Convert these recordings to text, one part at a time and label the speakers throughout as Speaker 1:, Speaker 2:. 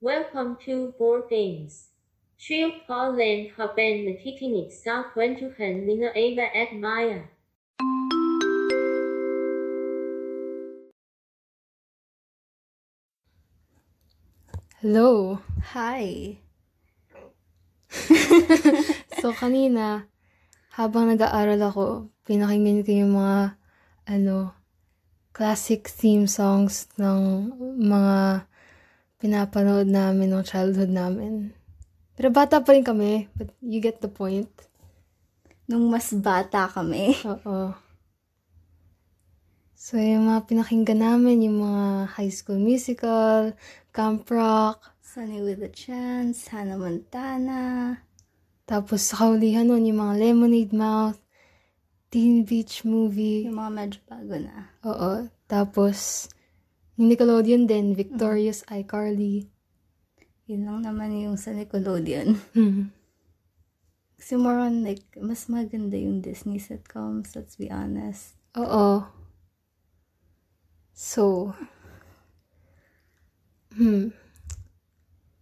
Speaker 1: Welcome to Board Games. Trill Paulen haben nakikinig sa kwentuhan ni na Ava at Maya.
Speaker 2: Hello!
Speaker 3: Hi.
Speaker 2: So, kanina, habang nag-aaral ako, pinakinggan ko yung mga, ano, classic theme songs ng mga pinapanood namin ng childhood namin. Pero bata pa rin kami, but you get the point.
Speaker 3: Nung mas bata kami.
Speaker 2: Oo. So, yung mga pinakinggan namin, yung mga high school musical, camp rock,
Speaker 3: Sunny with a Chance, Hannah Montana.
Speaker 2: Tapos sa kaulihan nun, yung mga Lemonade Mouth, Teen Beach Movie.
Speaker 3: Yung mga medyo bago na.
Speaker 2: Oo. Tapos, yung Nickelodeon din, Victorious, iCarly.
Speaker 3: Yun lang naman yung sa Nickelodeon.
Speaker 2: Hmm.
Speaker 3: Kasi more on like, mas maganda yung Disney sitcoms, let's be honest.
Speaker 2: Oo. So, hmm.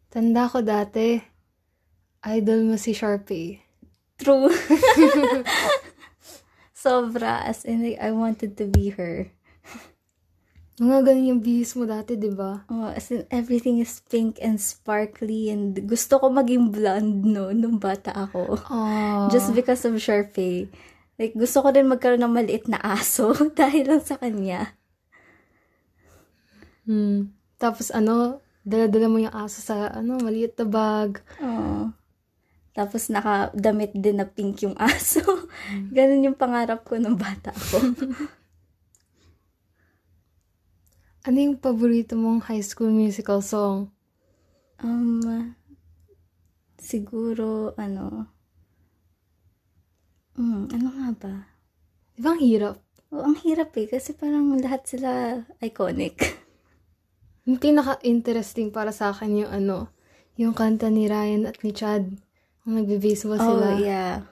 Speaker 2: Tanda ko dati, idol mo si Sharpay.
Speaker 3: True. Sobra. As in, like, I wanted to be her.
Speaker 2: Mga ganun yung bihis mo dati, di ba?
Speaker 3: Oh, as in, everything is pink and sparkly and gusto ko maging blonde no, nung bata ako.
Speaker 2: Oh.
Speaker 3: Just because of Sharpay. Like, gusto ko din magkaroon ng maliit na aso dahil lang sa kanya.
Speaker 2: Hmm. Tapos ano, dala-dala mo yung aso sa, ano, maliit na bag.
Speaker 3: Oo. Tapos nakadamit din na pink yung aso. Ganun yung pangarap ko nung bata ako.
Speaker 2: Ano yung paborito mong high school musical song?
Speaker 3: um, siguro, ano, mm, ano nga ba?
Speaker 2: Di ba ang hirap?
Speaker 3: Oh, ang hirap eh, kasi parang lahat sila iconic.
Speaker 2: Yung pinaka-interesting para sa akin yung ano, yung kanta ni Ryan at ni Chad. Ang nagbe-baseball sila.
Speaker 3: Oh, yeah.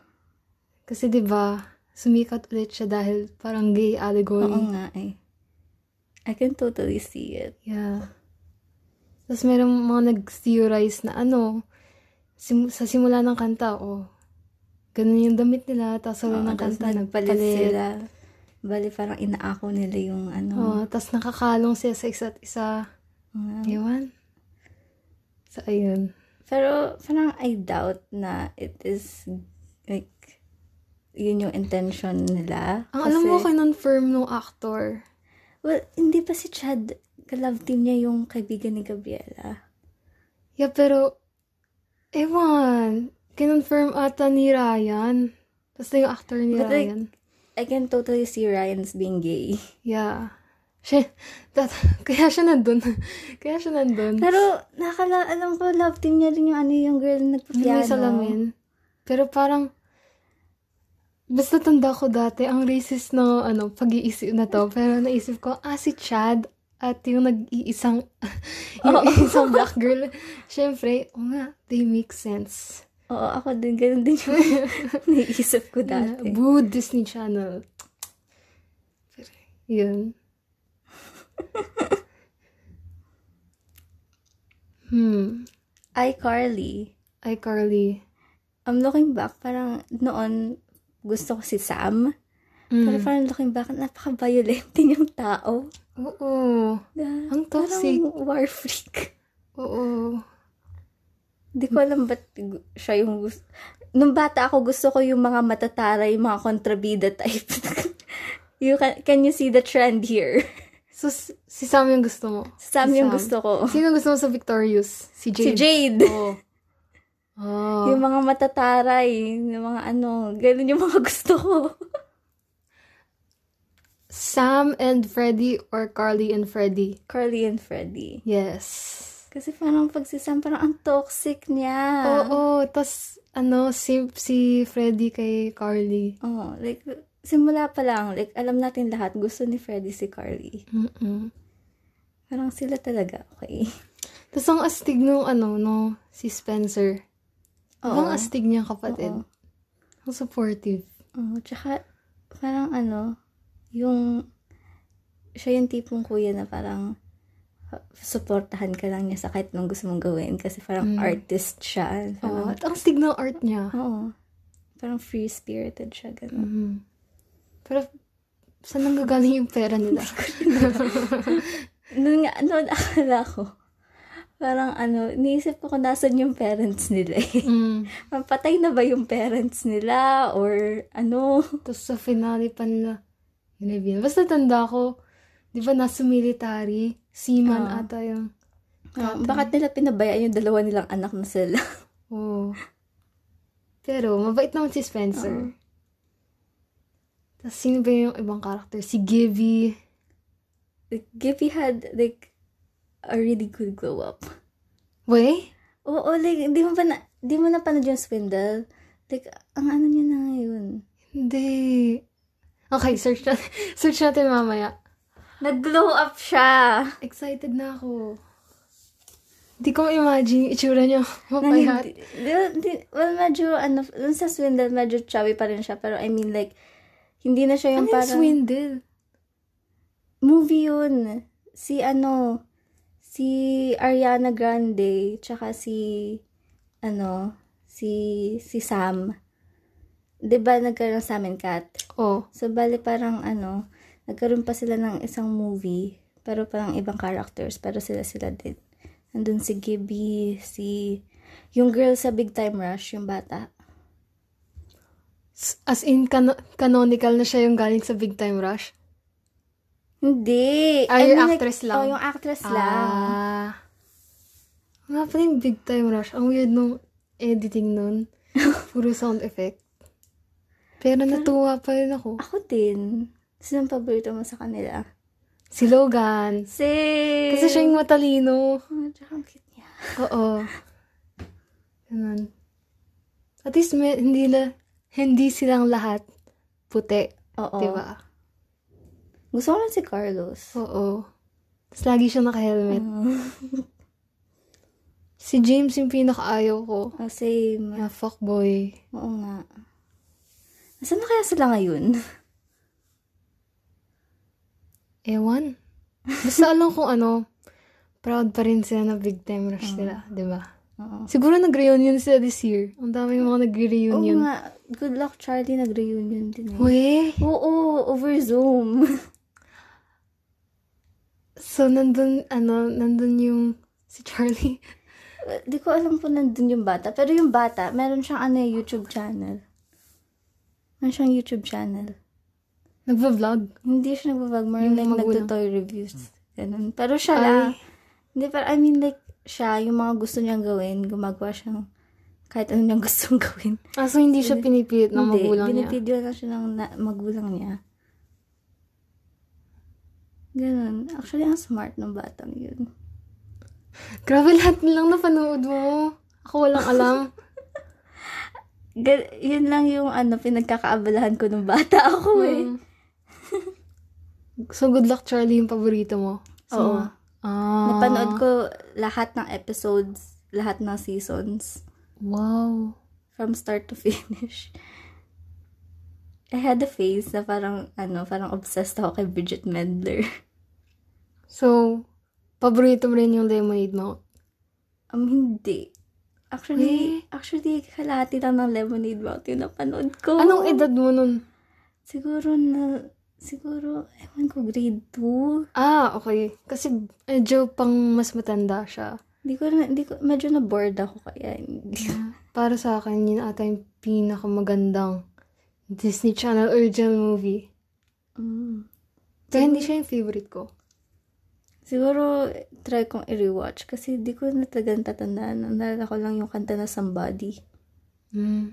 Speaker 2: Kasi di ba sumikat ulit siya dahil parang gay
Speaker 3: Oo
Speaker 2: allegory.
Speaker 3: nga eh. I can totally see it.
Speaker 2: Yeah. Tapos merong mga nag-theorize na ano, sim- sa simula ng kanta, oh, ganun yung damit nila, tapos sa
Speaker 3: Oo,
Speaker 2: ng
Speaker 3: Ah, tapos
Speaker 2: kanta,
Speaker 3: nagpalit
Speaker 2: nagpalit.
Speaker 3: sila. Bali, parang inaako nila yung ano.
Speaker 2: Oh, tapos nakakalong sila sa isa't isa.
Speaker 3: nga.
Speaker 2: Ewan. So, ayun.
Speaker 3: Pero, parang I doubt na it is, like, yun yung intention nila.
Speaker 2: Ang Ah, alam mo,
Speaker 3: Kasi-
Speaker 2: kinonfirm nung actor.
Speaker 3: Well, hindi pa si Chad, ka-love team niya yung kaibigan ni Gabriela.
Speaker 2: Yeah, pero, ewan, kinonfirm ata ni Ryan. Tapos na yung actor ni
Speaker 3: But, like,
Speaker 2: Ryan.
Speaker 3: I can totally see Ryan's being gay.
Speaker 2: yeah. Siya, that, kaya siya nandun. kaya siya nandun.
Speaker 3: Pero, nakala, alam ko, love team niya rin yung ano, yung girl na
Speaker 2: Ano
Speaker 3: nagpa-piano.
Speaker 2: may salamin. Pero parang, basta tanda ko dati, ang racist na ano, pag-iisip na to. Pero naisip ko, ah, si Chad at yung nag-iisang, yung isang black girl. Siyempre, o nga, they make sense.
Speaker 3: Oo, ako din, ganun din yung naisip ko dati.
Speaker 2: Boo, Disney Channel. Pero, yun. hmm.
Speaker 3: iCarly.
Speaker 2: Ay, Carly.
Speaker 3: I'm looking back, parang noon, gusto ko si Sam. Pero
Speaker 2: Mm.
Speaker 3: parang looking back, napaka-violent din yung tao.
Speaker 2: Oo.
Speaker 3: Na,
Speaker 2: Ang toxic.
Speaker 3: Parang war freak.
Speaker 2: Oo.
Speaker 3: Hindi ko alam ba't gu- siya yung gusto. Nung bata ako, gusto ko yung mga matataray, mga kontrabida type. you can, can you see the trend here?
Speaker 2: So, s- si Sam yung gusto mo?
Speaker 3: Sam
Speaker 2: Si
Speaker 3: yung
Speaker 2: Sam.
Speaker 3: gusto ko.
Speaker 2: Sino gusto mo sa Victorious? Si Jade. Oh.
Speaker 3: Si Jade.
Speaker 2: Oo. Oo.
Speaker 3: Yung mga matataray, yung mga ano, ganun yung mga gusto ko.
Speaker 2: Sam and Freddy or Carly and Freddy?
Speaker 3: Carly and Freddy.
Speaker 2: Yes.
Speaker 3: Kasi parang pag si Sam, parang ang toxic niya.
Speaker 2: Oo. Tapos, ano, simp si Freddy kay Carly.
Speaker 3: Oo, like, simula pa lang, like, alam natin lahat, gusto ni Freddy si Carly.
Speaker 2: Mm-mm.
Speaker 3: Parang sila talaga, okay?
Speaker 2: Tapos, ang astig nung, ano, no, si Spencer.
Speaker 3: Oo.
Speaker 2: Ang astig niyang kapatid.
Speaker 3: Oo.
Speaker 2: Ang supportive.
Speaker 3: Oo, tsaka, parang ano, yung, siya yung tipong kuya na parang, supportahan ka lang niya sa kahit anong gusto mong gawin kasi parang
Speaker 2: Mm.
Speaker 3: artist siya.
Speaker 2: Oo,
Speaker 3: Parang,
Speaker 2: at ang stig ng art niya.
Speaker 3: oo. Parang free-spirited siya, ganun.
Speaker 2: Mhm. Pero, saan nanggagaling yung pera nila?
Speaker 3: Noon nga, noon akala ko, parang ano, niisip ko kung nasan yung parents nila eh.
Speaker 2: mm.
Speaker 3: Patay na ba yung parents nila or ano?
Speaker 2: Tapos sa finale pa nila, nireveal. Basta tanda ko, di ba nasa military, seaman
Speaker 3: Ah.
Speaker 2: ata yung,
Speaker 3: Um, bakit nila pinabayaan yung dalawa nilang anak na sila?
Speaker 2: oh. Pero, mabait naman si Spencer.
Speaker 3: Oo.
Speaker 2: Tapos sino ba yung ibang character? Si Gibby.
Speaker 3: Like, Giphy had like a really good glow up.
Speaker 2: Wait?
Speaker 3: Oo, like, di mo ba na, di mo na panood yung swindle? Like, ang ano niya na ngayon.
Speaker 2: Hindi. Okay, search natin. search natin mamaya.
Speaker 3: Nag-glow up siya!
Speaker 2: Excited na ako. Hindi ko ma-imagine yung itsura niya.
Speaker 3: Na
Speaker 2: Mapayat.
Speaker 3: hindi- di- di- well, medyo, ano, dun sa swindle, medyo chubby pa rin siya. Pero, I mean, like, hindi na siya
Speaker 2: Ano
Speaker 3: yung
Speaker 2: yung
Speaker 3: parang...
Speaker 2: swindle?
Speaker 3: movie yun. Si, ano, si Ariana Grande, tsaka si, ano, si, si Sam. 'Di ba nagkaroon sa amin, Kat?
Speaker 2: Oh.
Speaker 3: So, bali parang, ano, nagkaroon pa sila ng isang movie, pero parang ibang characters, pero sila-sila din. Nandun si Gibby, si, yung girl sa Big Time Rush, yung bata.
Speaker 2: S- As in, cano- canonical na siya yung galing sa Big Time Rush?
Speaker 3: Hindi!
Speaker 2: Ah,
Speaker 3: I
Speaker 2: yung
Speaker 3: mean, like-
Speaker 2: actress lang.
Speaker 3: Oh, yung actress lang.
Speaker 2: Ah. Nga pala yung Big Time Rush. Ang weird nung editing nun. Puro sound effect. Pero natuwa pa rin ako.
Speaker 3: Ako din. Sinong paborito mo sa kanila?
Speaker 2: Si Logan.
Speaker 3: Si...
Speaker 2: Kasi siya yung matalino.
Speaker 3: Oh, tsaka ang cute niya.
Speaker 2: Oo. Ganun. At least may, hindi, la, hindi silang lahat puti.
Speaker 3: Oo.
Speaker 2: Diba?
Speaker 3: Gusto ko lang si Carlos.
Speaker 2: Oo. Tapos lagi siya naka-helmet. Si James yung pinakaayaw ko.
Speaker 3: Oh, same.
Speaker 2: Na fuckboy.
Speaker 3: Oo nga. Nasaan na kaya sila ngayon?
Speaker 2: Ewan. Basta alam kung ano, proud pa rin sila na big time rush nila, di ba?
Speaker 3: Oo.
Speaker 2: Siguro nag-reunion sila this year. Ang daming mga
Speaker 3: Oo
Speaker 2: nag-reunion.
Speaker 3: nga. Good luck, Charlie. Nag-reunion din. eh.
Speaker 2: Weh!
Speaker 3: Oo, over Zoom.
Speaker 2: So, nandun, ano, nandun yung si Charlie.
Speaker 3: Di ko alam kung nandun yung bata. Pero yung bata, meron siyang ano, eh, YouTube channel. Meron siyang YouTube channel.
Speaker 2: Nagva-vlog.
Speaker 3: Hindi siya nagbabag. More
Speaker 2: Yung
Speaker 3: like
Speaker 2: magulang.
Speaker 3: nagtutoy reviews. Ganun. Pero siya
Speaker 2: Ay.
Speaker 3: lang. Hindi, pero I mean like, siya, yung mga gusto niyang gawin, gumagawa siyang kahit ano niyang gustong gawin.
Speaker 2: Ah, so hindi siya pinipilit ng
Speaker 3: Hindi,
Speaker 2: magulang niya.
Speaker 3: binibideo lang siya ng na- magulang niya. Ganun. Actually, ang smart ng batang yun.
Speaker 2: Grabe lahat nilang napanood mo. Ako walang alam.
Speaker 3: Gan- yun lang yung ano, pinagkakaabalahan ko nung bata ako eh.
Speaker 2: Mm. so, good luck Charlie yung paborito mo. So,
Speaker 3: Oo.
Speaker 2: Ah.
Speaker 3: Napanood ko lahat ng episodes, lahat ng seasons.
Speaker 2: Wow.
Speaker 3: from start to finish. I had a phase na parang, ano, parang obsessed ako kay Bridget Mendler.
Speaker 2: So, paborito mo rin yung lemonade mo.
Speaker 3: Um, hindi. Actually,
Speaker 2: Eh?
Speaker 3: actually, kalahati lang ng Lemonade Mouth yung napanood ko.
Speaker 2: Anong edad mo nun?
Speaker 3: Siguro na, siguro, ewan ko, grade 2.
Speaker 2: Ah, okay. Kasi medyo pang mas matanda siya.
Speaker 3: Hindi ko, na- hindi ko, medyo na-bored ako kaya. Hindi.
Speaker 2: Para sa akin, yun ata yung pinakamagandang Disney Channel original movie.
Speaker 3: Mm.
Speaker 2: Pero hindi siya yung favorite ko.
Speaker 3: Siguro, try kong i-rewatch kasi di ko na talagang tatandaan. Naalala ko lang yung kanta na Somebody. Hmm.
Speaker 2: Mm.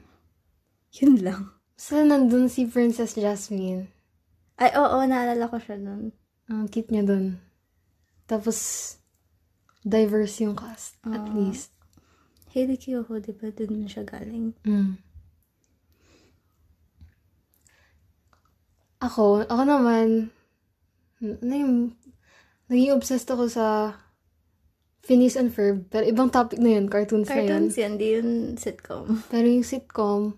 Speaker 3: Yun lang.
Speaker 2: So, nandun si Princess Jasmine.
Speaker 3: Ay, oo, naalala ko siya nun.
Speaker 2: Ang cute niya dun. Tapos, diverse yung cast. At
Speaker 3: Ah.
Speaker 2: least.
Speaker 3: Hailey Kiyoko, oh, di ba? Doon siya galing.
Speaker 2: Mm. Ako, ako naman, n- ano yung, naging obsessed ako sa Phineas and Ferb, pero ibang topic na yun, cartoons,
Speaker 3: Cartoons
Speaker 2: na yun.
Speaker 3: yan, di yun sitcom.
Speaker 2: Pero yung sitcom,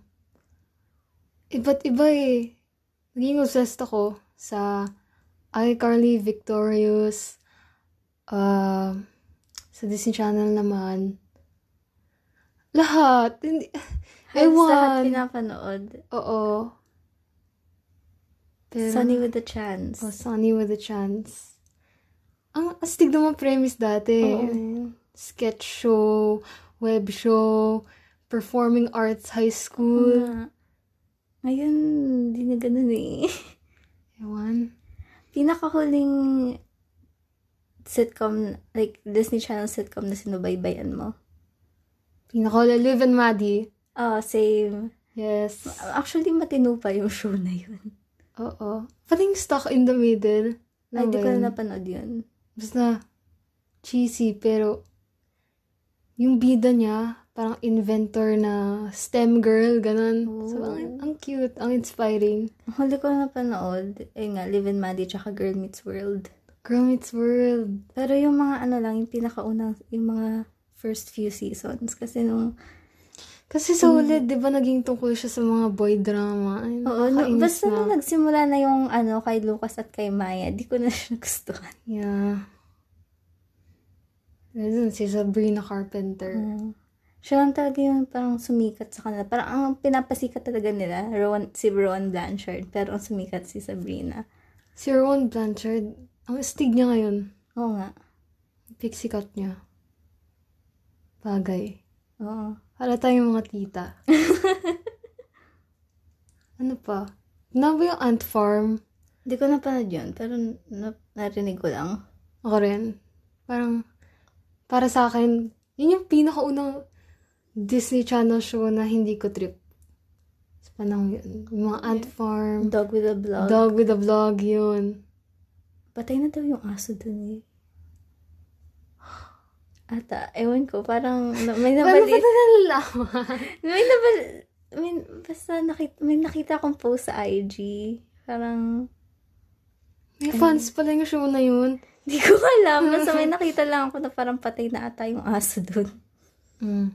Speaker 2: iba't iba eh. Naging obsessed ako sa iCarly, Victorious, Um, sa Disney Channel naman, lahat. Hindi,
Speaker 3: Halos lahat
Speaker 2: Ewan.
Speaker 3: pinapanood.
Speaker 2: oo. Pero,
Speaker 3: Sunny with a Chance.
Speaker 2: Diba? oh, Sunny with a Chance. Ang astig naman premise dati.
Speaker 3: Oo.
Speaker 2: Sketch show, web show, performing arts high
Speaker 3: Oo
Speaker 2: school.
Speaker 3: nga. Ngayon, hindi na ganun eh.
Speaker 2: Ewan.
Speaker 3: Pinakahuling sitcom, like Disney Channel sitcom na sinubaybayan mo.
Speaker 2: Pinakala, Liv and Maddie.
Speaker 3: Ah, same.
Speaker 2: Yes.
Speaker 3: Actually, matino pa yung show na yun.
Speaker 2: Oo. Pati yung Stuck in the Middle.
Speaker 3: Ay, di ko
Speaker 2: yun?
Speaker 3: na napanood yun.
Speaker 2: Basta, cheesy, pero yung bida niya, parang inventor na STEM girl, ganun. So,
Speaker 3: Oh.
Speaker 2: ang, ang cute, ang inspiring.
Speaker 3: Ang huli ko na napanood, eh nga, Live and Maddie tsaka Girl Meets World.
Speaker 2: Girl meets world.
Speaker 3: Pero yung mga ano lang, yung pinakaunang, yung mga first few seasons. Kasi nung,
Speaker 2: Kasi
Speaker 3: Mm.
Speaker 2: sa huli, di ba naging tungkol siya sa mga boy drama? Ay,
Speaker 3: oo, no,
Speaker 2: nakakainis
Speaker 3: basta
Speaker 2: na.
Speaker 3: nung nagsimula na yung ano, kay Lucas at kay Maya, di ko na siya nagustuhan.
Speaker 2: Yeah. Ayun, si Sabrina Carpenter.
Speaker 3: Oo. Siya lang talaga yung parang sumikat sa kanila. Parang ang pinapasikat talaga nila, Rowan, si Rowan Blanchard. Pero ang sumikat si Sabrina.
Speaker 2: Si Rowan Blanchard, ang astig niya ngayon.
Speaker 3: Oo nga.
Speaker 2: Pixie cut niya. Bagay.
Speaker 3: Oo.
Speaker 2: Para tayong mga tita. ano pa? Na ba yung ant farm?
Speaker 3: Hindi ko napanood yun, pero na- narinig ko lang.
Speaker 2: Ako rin. Parang, para sa akin, yun yung pinakaunang Disney Channel show na hindi ko trip. Sa panahon yun. Yung mga ant farm,
Speaker 3: Dog with a Blog.
Speaker 2: dog with a vlog, yun.
Speaker 3: Patay na daw yung aso dun eh. Ata, ewan ko, parang na- may
Speaker 2: Paano ba
Speaker 3: nabalit.
Speaker 2: na nalalaman?
Speaker 3: may nabalit. May, basta nakita, may nakita akong post sa IG. Parang,
Speaker 2: May fans pala yung show na yun.
Speaker 3: di ko alam. Basta may nakita lang ako na parang patay na ata yung aso dun.
Speaker 2: Mm.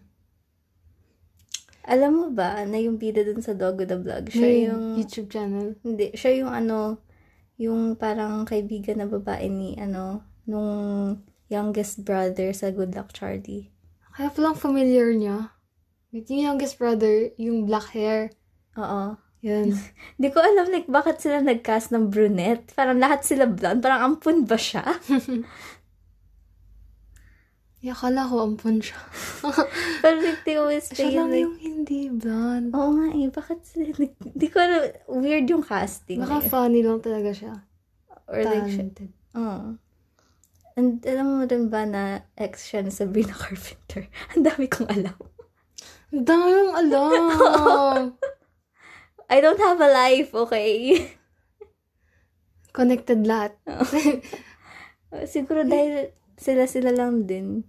Speaker 3: Alam mo ba na yung bida dun sa Dog with a Blog, siya
Speaker 2: May
Speaker 3: yung,
Speaker 2: YouTube channel.
Speaker 3: hindi, siya yung ano, yung parang kaibigan na babae ni, ano, nung youngest brother sa Good Luck Charlie.
Speaker 2: Kaya palang familiar niya. With yung youngest brother, yung black hair.
Speaker 3: Oo.
Speaker 2: Yun.
Speaker 3: Di ko alam, like, bakit sila nag-cast ng brunette? Parang lahat sila blonde. Parang ampun ba siya?
Speaker 2: Yeah, akala ko ampun siya.
Speaker 3: Pero like, they always say,
Speaker 2: Siya lang
Speaker 3: like,
Speaker 2: yung hindi blonde.
Speaker 3: oo nga eh, bakit sila nag- Di ko alam, weird yung casting.
Speaker 2: Baka
Speaker 3: eh.
Speaker 2: funny lang talaga siya.
Speaker 3: Or like, siya,
Speaker 2: Talented.
Speaker 3: oo. And alam mo rin ba na ex siya ni Sabrina Carpenter? Ang dami kong alam.
Speaker 2: Ang dami mong alam!
Speaker 3: I don't have a life, okay?
Speaker 2: Connected lahat.
Speaker 3: Siguro dahil sila-sila lang din.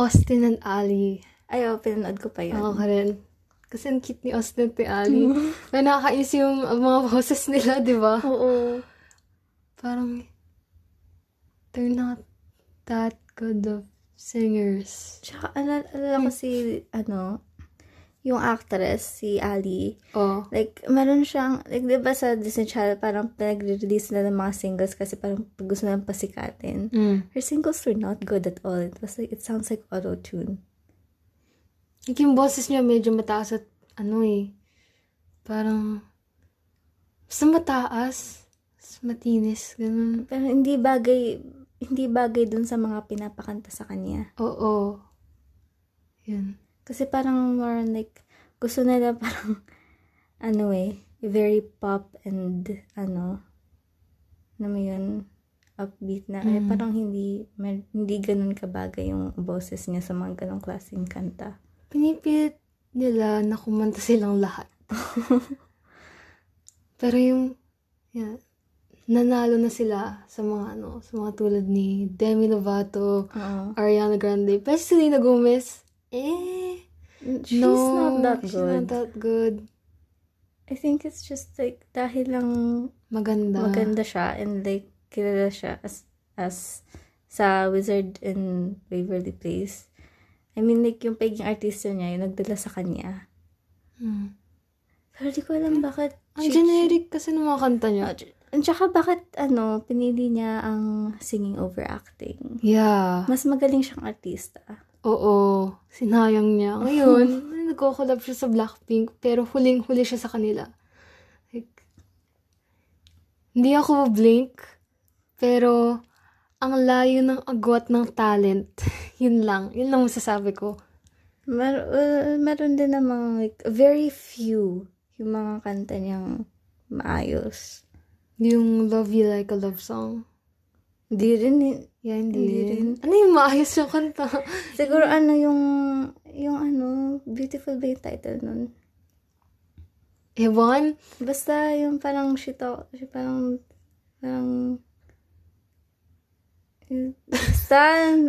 Speaker 2: Austin and Ali.
Speaker 3: Ay, oh, pinanood ko pa yun.
Speaker 2: Ako ka rin. Kasi ang cute ni Austin at ni Ali. May nakakainis yung uh, mga boses nila, di ba?
Speaker 3: Oo.
Speaker 2: Parang, they're not that good of singers.
Speaker 3: Tsaka, ala- alala ko si, ano, yung actress, si Ali.
Speaker 2: Oh.
Speaker 3: Like, meron siyang, like, di ba sa Disney Channel, parang pinag-release nila ng mga singles kasi parang pag gusto nilang pasikatin.
Speaker 2: Mm.
Speaker 3: Her singles were not good at all. It was like, it sounds like auto-tune.
Speaker 2: Like, yung boses niya medyo mataas at ano eh. Parang, basta mataas. Mas matinis, ganun.
Speaker 3: Pero hindi bagay, hindi bagay dun sa mga pinapakanta sa kanya.
Speaker 2: Oo. Yun.
Speaker 3: Kasi parang more on like, gusto nila parang, ano eh, very pop and, ano, alam mo yun, upbeat na. Kaya
Speaker 2: Mm.
Speaker 3: parang hindi, mer- hindi ganun kabagay yung boses niya sa mga ganong klaseng kanta.
Speaker 2: Pinipilit nila na kumanta silang lahat. Pero yung, yan, nanalo na sila sa mga ano, sa mga tulad ni Demi Lovato,
Speaker 3: Oo.
Speaker 2: Ariana Grande, pa si Selena Gomez. Eh,
Speaker 3: She's
Speaker 2: no,
Speaker 3: not that
Speaker 2: she's
Speaker 3: good.
Speaker 2: not that good.
Speaker 3: I think it's just like dahil lang
Speaker 2: Maganda.
Speaker 3: maganda siya and like kilala siya as as sa Wizard in Waverly Place. I mean like yung pagiging artista niya yung nagdala sa kanya.
Speaker 2: Mm.
Speaker 3: Pero di ko alam bakit...
Speaker 2: Ang
Speaker 3: she-
Speaker 2: generic kasi ng mga kanta niya.
Speaker 3: Ah, j- And tsaka bakit, ano, pinili niya ang singing over acting.
Speaker 2: Yeah.
Speaker 3: Mas magaling siyang artista.
Speaker 2: Oo. Sinayang niya. Ngayon, nagko-collab siya sa Blackpink, pero huling-huli siya sa kanila. Like, hindi ako blink, pero ang layo ng agwat ng talent. yun lang. Yun lang masasabi ko.
Speaker 3: Mer- well, meron din namang, like, very few yung mga kanta niyang maayos.
Speaker 2: Yung Love You Like a Love Song.
Speaker 3: Hindi rin, eh.
Speaker 2: Yeah,
Speaker 3: Hindi
Speaker 2: hindi,
Speaker 3: rin.
Speaker 2: rin. Ano yung maayos yung kanta?
Speaker 3: siguro ano yung, yung ano, beautiful ba yung title nun?
Speaker 2: Ewan?
Speaker 3: Basta yung parang she talk, she parang, parang, basta,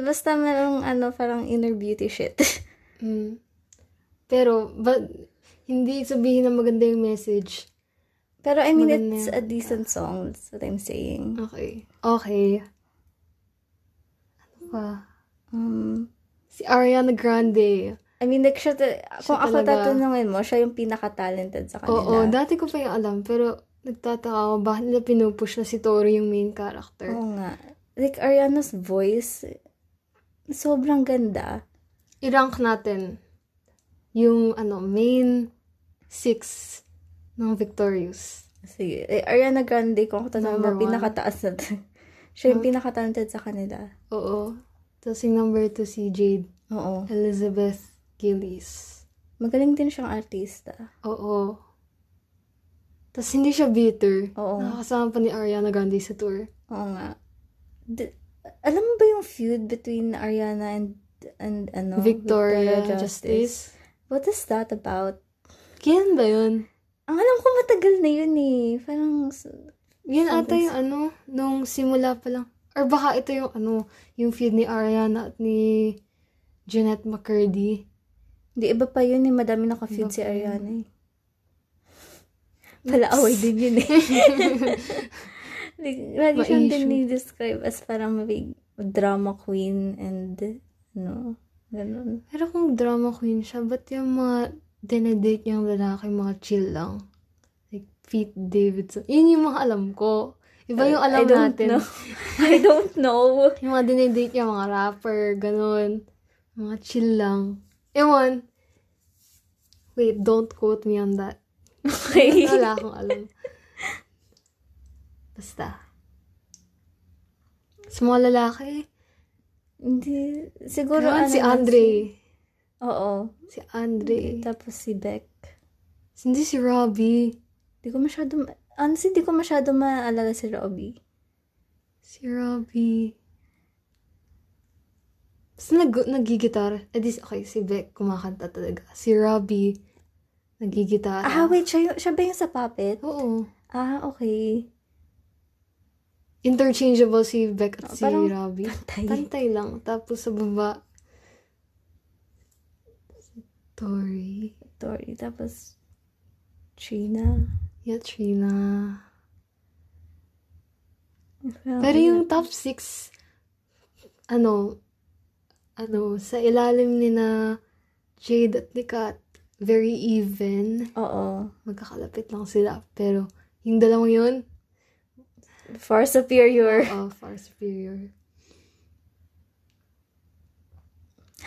Speaker 3: basta merong ano, parang inner beauty shit.
Speaker 2: Mm. Pero, but, hindi sabihin na maganda yung message.
Speaker 3: Pero I mean,
Speaker 2: Maganda Ah.
Speaker 3: it's
Speaker 2: yun.
Speaker 3: a decent song. That's what I'm saying.
Speaker 2: Okay. Okay. Ano pa?
Speaker 3: Um,
Speaker 2: Si Ariana Grande.
Speaker 3: I mean, like, siya, ta- kung ako
Speaker 2: talaga.
Speaker 3: tatanungin mo, siya yung pinaka-talented sa kanila.
Speaker 2: Oo, dati ko pa yung alam, pero nagtataka ako bakit nila pinupush na si Toro yung main character.
Speaker 3: Oo nga. Like, Ariana's voice, sobrang ganda.
Speaker 2: I-rank natin yung ano, main six ng Victorious.
Speaker 3: Sige. Eh, Ariana Grande, kung ako tatanungin
Speaker 2: Number
Speaker 3: mo,
Speaker 2: one. Mm.
Speaker 3: pinakataas na. siya yung pinaka-talented sa kanila.
Speaker 2: Oo. Tapos yung number two si Jade
Speaker 3: Oo.
Speaker 2: Elizabeth Gillies.
Speaker 3: Magaling din siyang artista.
Speaker 2: Oo. Tapos hindi siya bitter.
Speaker 3: Oo.
Speaker 2: Nakakasama pa ni Ariana Grande sa tour.
Speaker 3: Oo nga. D- alam mo ba yung feud between Ariana and and ano
Speaker 2: Victoria, Justice.
Speaker 3: What is that about?
Speaker 2: Kailan ba yun?
Speaker 3: Ang alam ko matagal na yun eh. Parang s-
Speaker 2: Yan ata
Speaker 3: Sometimes-
Speaker 2: yung ano, nung simula pa lang. Or baka ito yung ano, yung feud ni Ariana at ni Jeanette McCurdy.
Speaker 3: hindi iba pa yun eh. Madami naka-feud
Speaker 2: Iba
Speaker 3: si
Speaker 2: pa yun.
Speaker 3: Ariana eh. Pala away din yun eh. like, lagi siyang
Speaker 2: Ma-issue.
Speaker 3: dinidescribe as parang big drama queen and ano, ganun.
Speaker 2: Pero kung drama queen siya, ba't yung mga dinedate niyang lalaki, mga chill lang? Like Pete Davidson. Yun yung mga alam ko. Iba Oh, yung alam
Speaker 3: I don't
Speaker 2: natin.
Speaker 3: know. I don't know.
Speaker 2: Yung mga dinedate niya, mga rapper, ganun. Mga chill lang. Ewan. Wait, don't quote me on that.
Speaker 3: Okay.
Speaker 2: Wala akong alam. Basta. Sa mga lalaki,
Speaker 3: Hindi. Siguro
Speaker 2: meron si
Speaker 3: lang
Speaker 2: Andre.
Speaker 3: si- Oo.
Speaker 2: Si Andre.
Speaker 3: Tapos si Beck.
Speaker 2: Hindi si Robbie.
Speaker 3: Di ko masyado, ma- honestly, di ko masyado maalala si Robbie.
Speaker 2: Si Robbie. Basta nag nagigitar. Eh di, okay, si Beck kumakanta talaga. Si Robbie, nagigitar.
Speaker 3: Ah, wait, siya, yung- siya ba yung sa puppet?
Speaker 2: Oo.
Speaker 3: Ah, okay.
Speaker 2: Interchangeable si Beck at
Speaker 3: Oh,
Speaker 2: si
Speaker 3: parang
Speaker 2: Robbie.
Speaker 3: Tay.
Speaker 2: Pantay lang. Tapos sa baba, si Tori.
Speaker 3: Tori. Tapos, Trina.
Speaker 2: Yeah, Trina.
Speaker 3: Parang-
Speaker 2: Pero yung top 6, ano, ano, sa ilalim ni na Jade at ni Kat, very even.
Speaker 3: Oo.
Speaker 2: Magkakalapit lang sila. Pero, yung dalawang yun,
Speaker 3: Far superior.
Speaker 2: oh, far superior.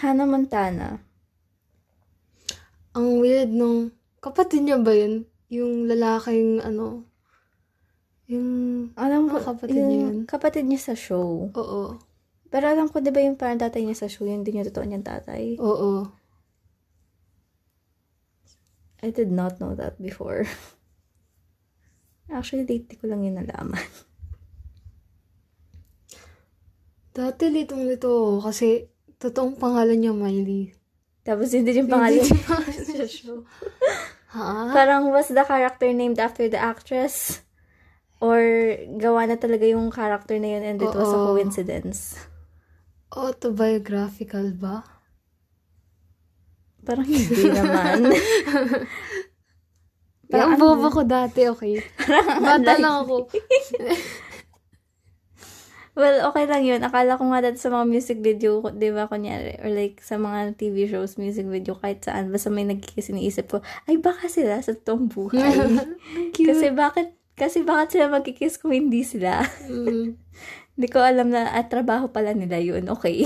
Speaker 3: Hannah Montana.
Speaker 2: Ang weird nung, kapatid niya ba yun? Yung lalaking, ano, yung,
Speaker 3: Alam ko,
Speaker 2: Ah, kapatid niya yun.
Speaker 3: Kapatid niya sa show.
Speaker 2: oo,
Speaker 3: Pero alam ko, di ba yung parang tatay niya sa show, yun din yung totoo niyang tatay?
Speaker 2: oo.
Speaker 3: I did not know that before. Actually, lately ko lang yun nalaman.
Speaker 2: Dati litong lito ako kasi totoong pangalan niya Miley.
Speaker 3: Tapos yun din yung pangalan.
Speaker 2: Hindi pangalan niya show. Ha?
Speaker 3: Parang was the character named after the actress? Or gawa na talaga yung character na yun and it was a
Speaker 2: Oo.
Speaker 3: coincidence?
Speaker 2: Autobiographical ba?
Speaker 3: Parang hindi naman.
Speaker 2: Eh, ang
Speaker 3: Parang ano
Speaker 2: bobo ko dati, okay? Bata lang ako.
Speaker 3: Well, okay lang yun. Akala ko nga dati sa mga music video, ko- di ba, kunyari, or like sa mga TV shows, music video, kahit saan, basta may nagkikiss, iniisip ko, ay, baka sila sa totoong buhay. kasi bakit, kasi bakit sila magkikiss kung hindi sila?
Speaker 2: Mm.
Speaker 3: Hindi ko alam na at trabaho pala nila yun, okay.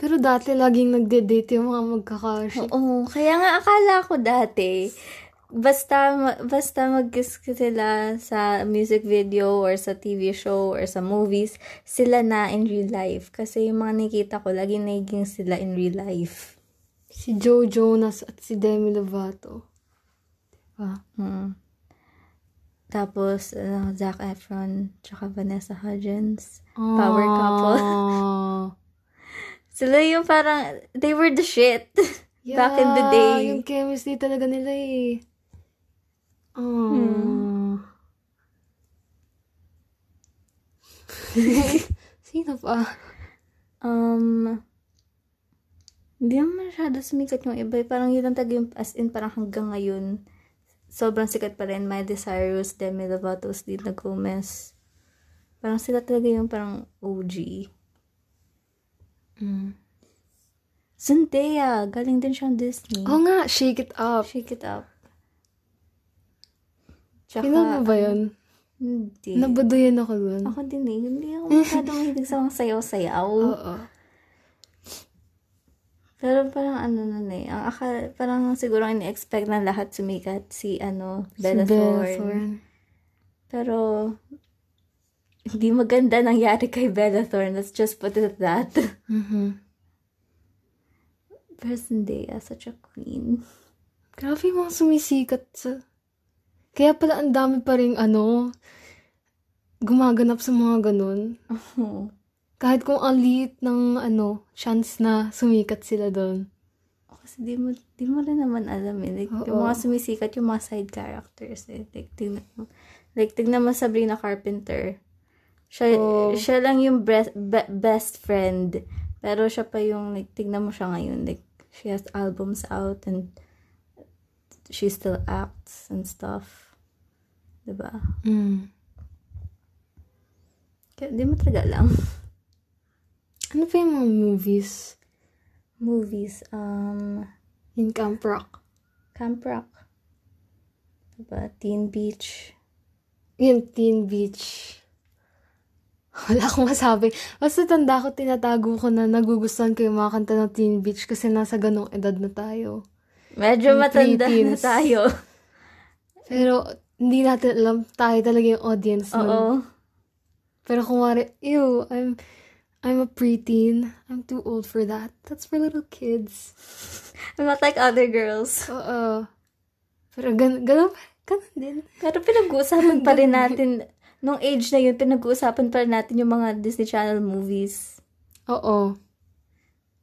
Speaker 2: Pero dati laging nagde-date yung mga magkakash.
Speaker 3: Oo, kaya nga akala ko dati, basta ma- basta mag-kiss sila sa music video or sa TV show or sa movies, sila na in real life. Kasi yung mga nakikita ko, lagi naging sila in real life.
Speaker 2: Si Joe Jonas at si Demi Lovato. Diba?
Speaker 3: Mm. Tapos, ano, Zac Efron, tsaka Vanessa Hudgens. Power couple.
Speaker 2: Aww.
Speaker 3: Sila yung parang, they were the shit.
Speaker 2: Yeah,
Speaker 3: Back in the day.
Speaker 2: Yung chemistry talaga nila eh. Oh.
Speaker 3: Hmm.
Speaker 2: Sino pa?
Speaker 3: Um, hindi naman masyado sumikat yung iba. Parang yun ang tag yung, as in, parang hanggang ngayon, sobrang sikat pa rin. Miley Cyrus, Demi Lovato, Selena Gomez. Parang sila talaga yung parang OG.
Speaker 2: Mm.
Speaker 3: Zendaya, galing din siyang Disney.
Speaker 2: Oo nga, shake it up.
Speaker 3: Shake it up. Tsaka, ano,
Speaker 2: Kailan mo ba yun?
Speaker 3: Hindi.
Speaker 2: Nabaduyan ako dun.
Speaker 3: ako din eh. Hindi ako masyadong mahilig sa mga sayaw-sayaw.
Speaker 2: Oo.
Speaker 3: Pero parang ano na eh. Ang akala, parang siguro ang expect na lahat sumikat si ano,
Speaker 2: Si
Speaker 3: Bella, Thorne. Pero hindi maganda nangyari kay Bella Thorne. Let's just put it at that.
Speaker 2: Mhm.
Speaker 3: Pero Zendaya, such a queen.
Speaker 2: Grabe yung mga sumisikat sa... Kaya pala ang dami pa rin ano, gumaganap sa mga ganun.
Speaker 3: Oo.
Speaker 2: Kahit kung ang liit ng ano, chance na sumikat sila doon.
Speaker 3: Oh, Kasi di mo, di mo rin naman alam eh. Like, yung
Speaker 2: Oo.
Speaker 3: mga sumisikat, yung mga side characters eh. Like, tignan mo. Like, tignan mo Sabrina Carpenter. Siya,
Speaker 2: Oo.
Speaker 3: siya lang yung best, be- best friend. Pero siya pa yung, like, tignan mo siya ngayon. Like, she has albums out and she still acts and stuff. Diba?
Speaker 2: Mm.
Speaker 3: Kaya, di mo talaga alam.
Speaker 2: Ano pa yung mga movies?
Speaker 3: Movies. Um,
Speaker 2: In Camp Rock.
Speaker 3: Camp Rock. Diba? Teen Beach.
Speaker 2: Yun, Teen Beach. Wala akong masabi. Basta tanda ko, tinatago ko na nagugustuhan ko yung mga kanta ng Teen Beach kasi nasa ganong edad na tayo. Yung
Speaker 3: Medyo matanda na
Speaker 2: pre-teens.
Speaker 3: tayo.
Speaker 2: Pero hindi natin alam tayo talaga yung audience nun.
Speaker 3: Oo.
Speaker 2: Pero kung wari, ew, I'm, I'm a preteen. I'm too old for that. That's for little kids.
Speaker 3: I'm not like other girls.
Speaker 2: Oo. Pero gan ganun, ganun din.
Speaker 3: Pero pinag-uusapan pa rin natin, nung age na yun, pinag-uusapan pa rin natin yung mga Disney Channel movies.
Speaker 2: Oo.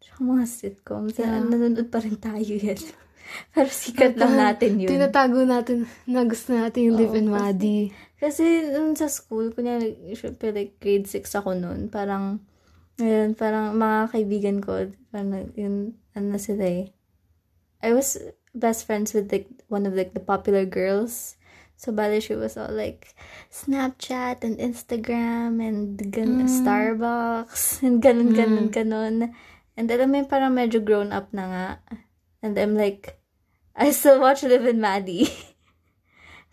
Speaker 3: Tsaka mga sitcoms.
Speaker 2: Yeah.
Speaker 3: Ano, Nanonood pa rin tayo yan. Pero sikat lang natin yun.
Speaker 2: Tinatago natin na gusto natin yung Liv
Speaker 3: Oo,
Speaker 2: and
Speaker 3: kasi-
Speaker 2: Maddie.
Speaker 3: Kasi nung sa school, kunyari, syempre like grade 6 ako noon, parang, ayun, parang mga kaibigan ko, parang yun, ano na sila eh. I was best friends with like one of like the popular girls. So bali she was all like Snapchat and Instagram and gan Starbucks and ganun, ganun, ganun. And alam mo yun, parang medyo grown up na nga. And I'm like, I still watch Liv and Maddie.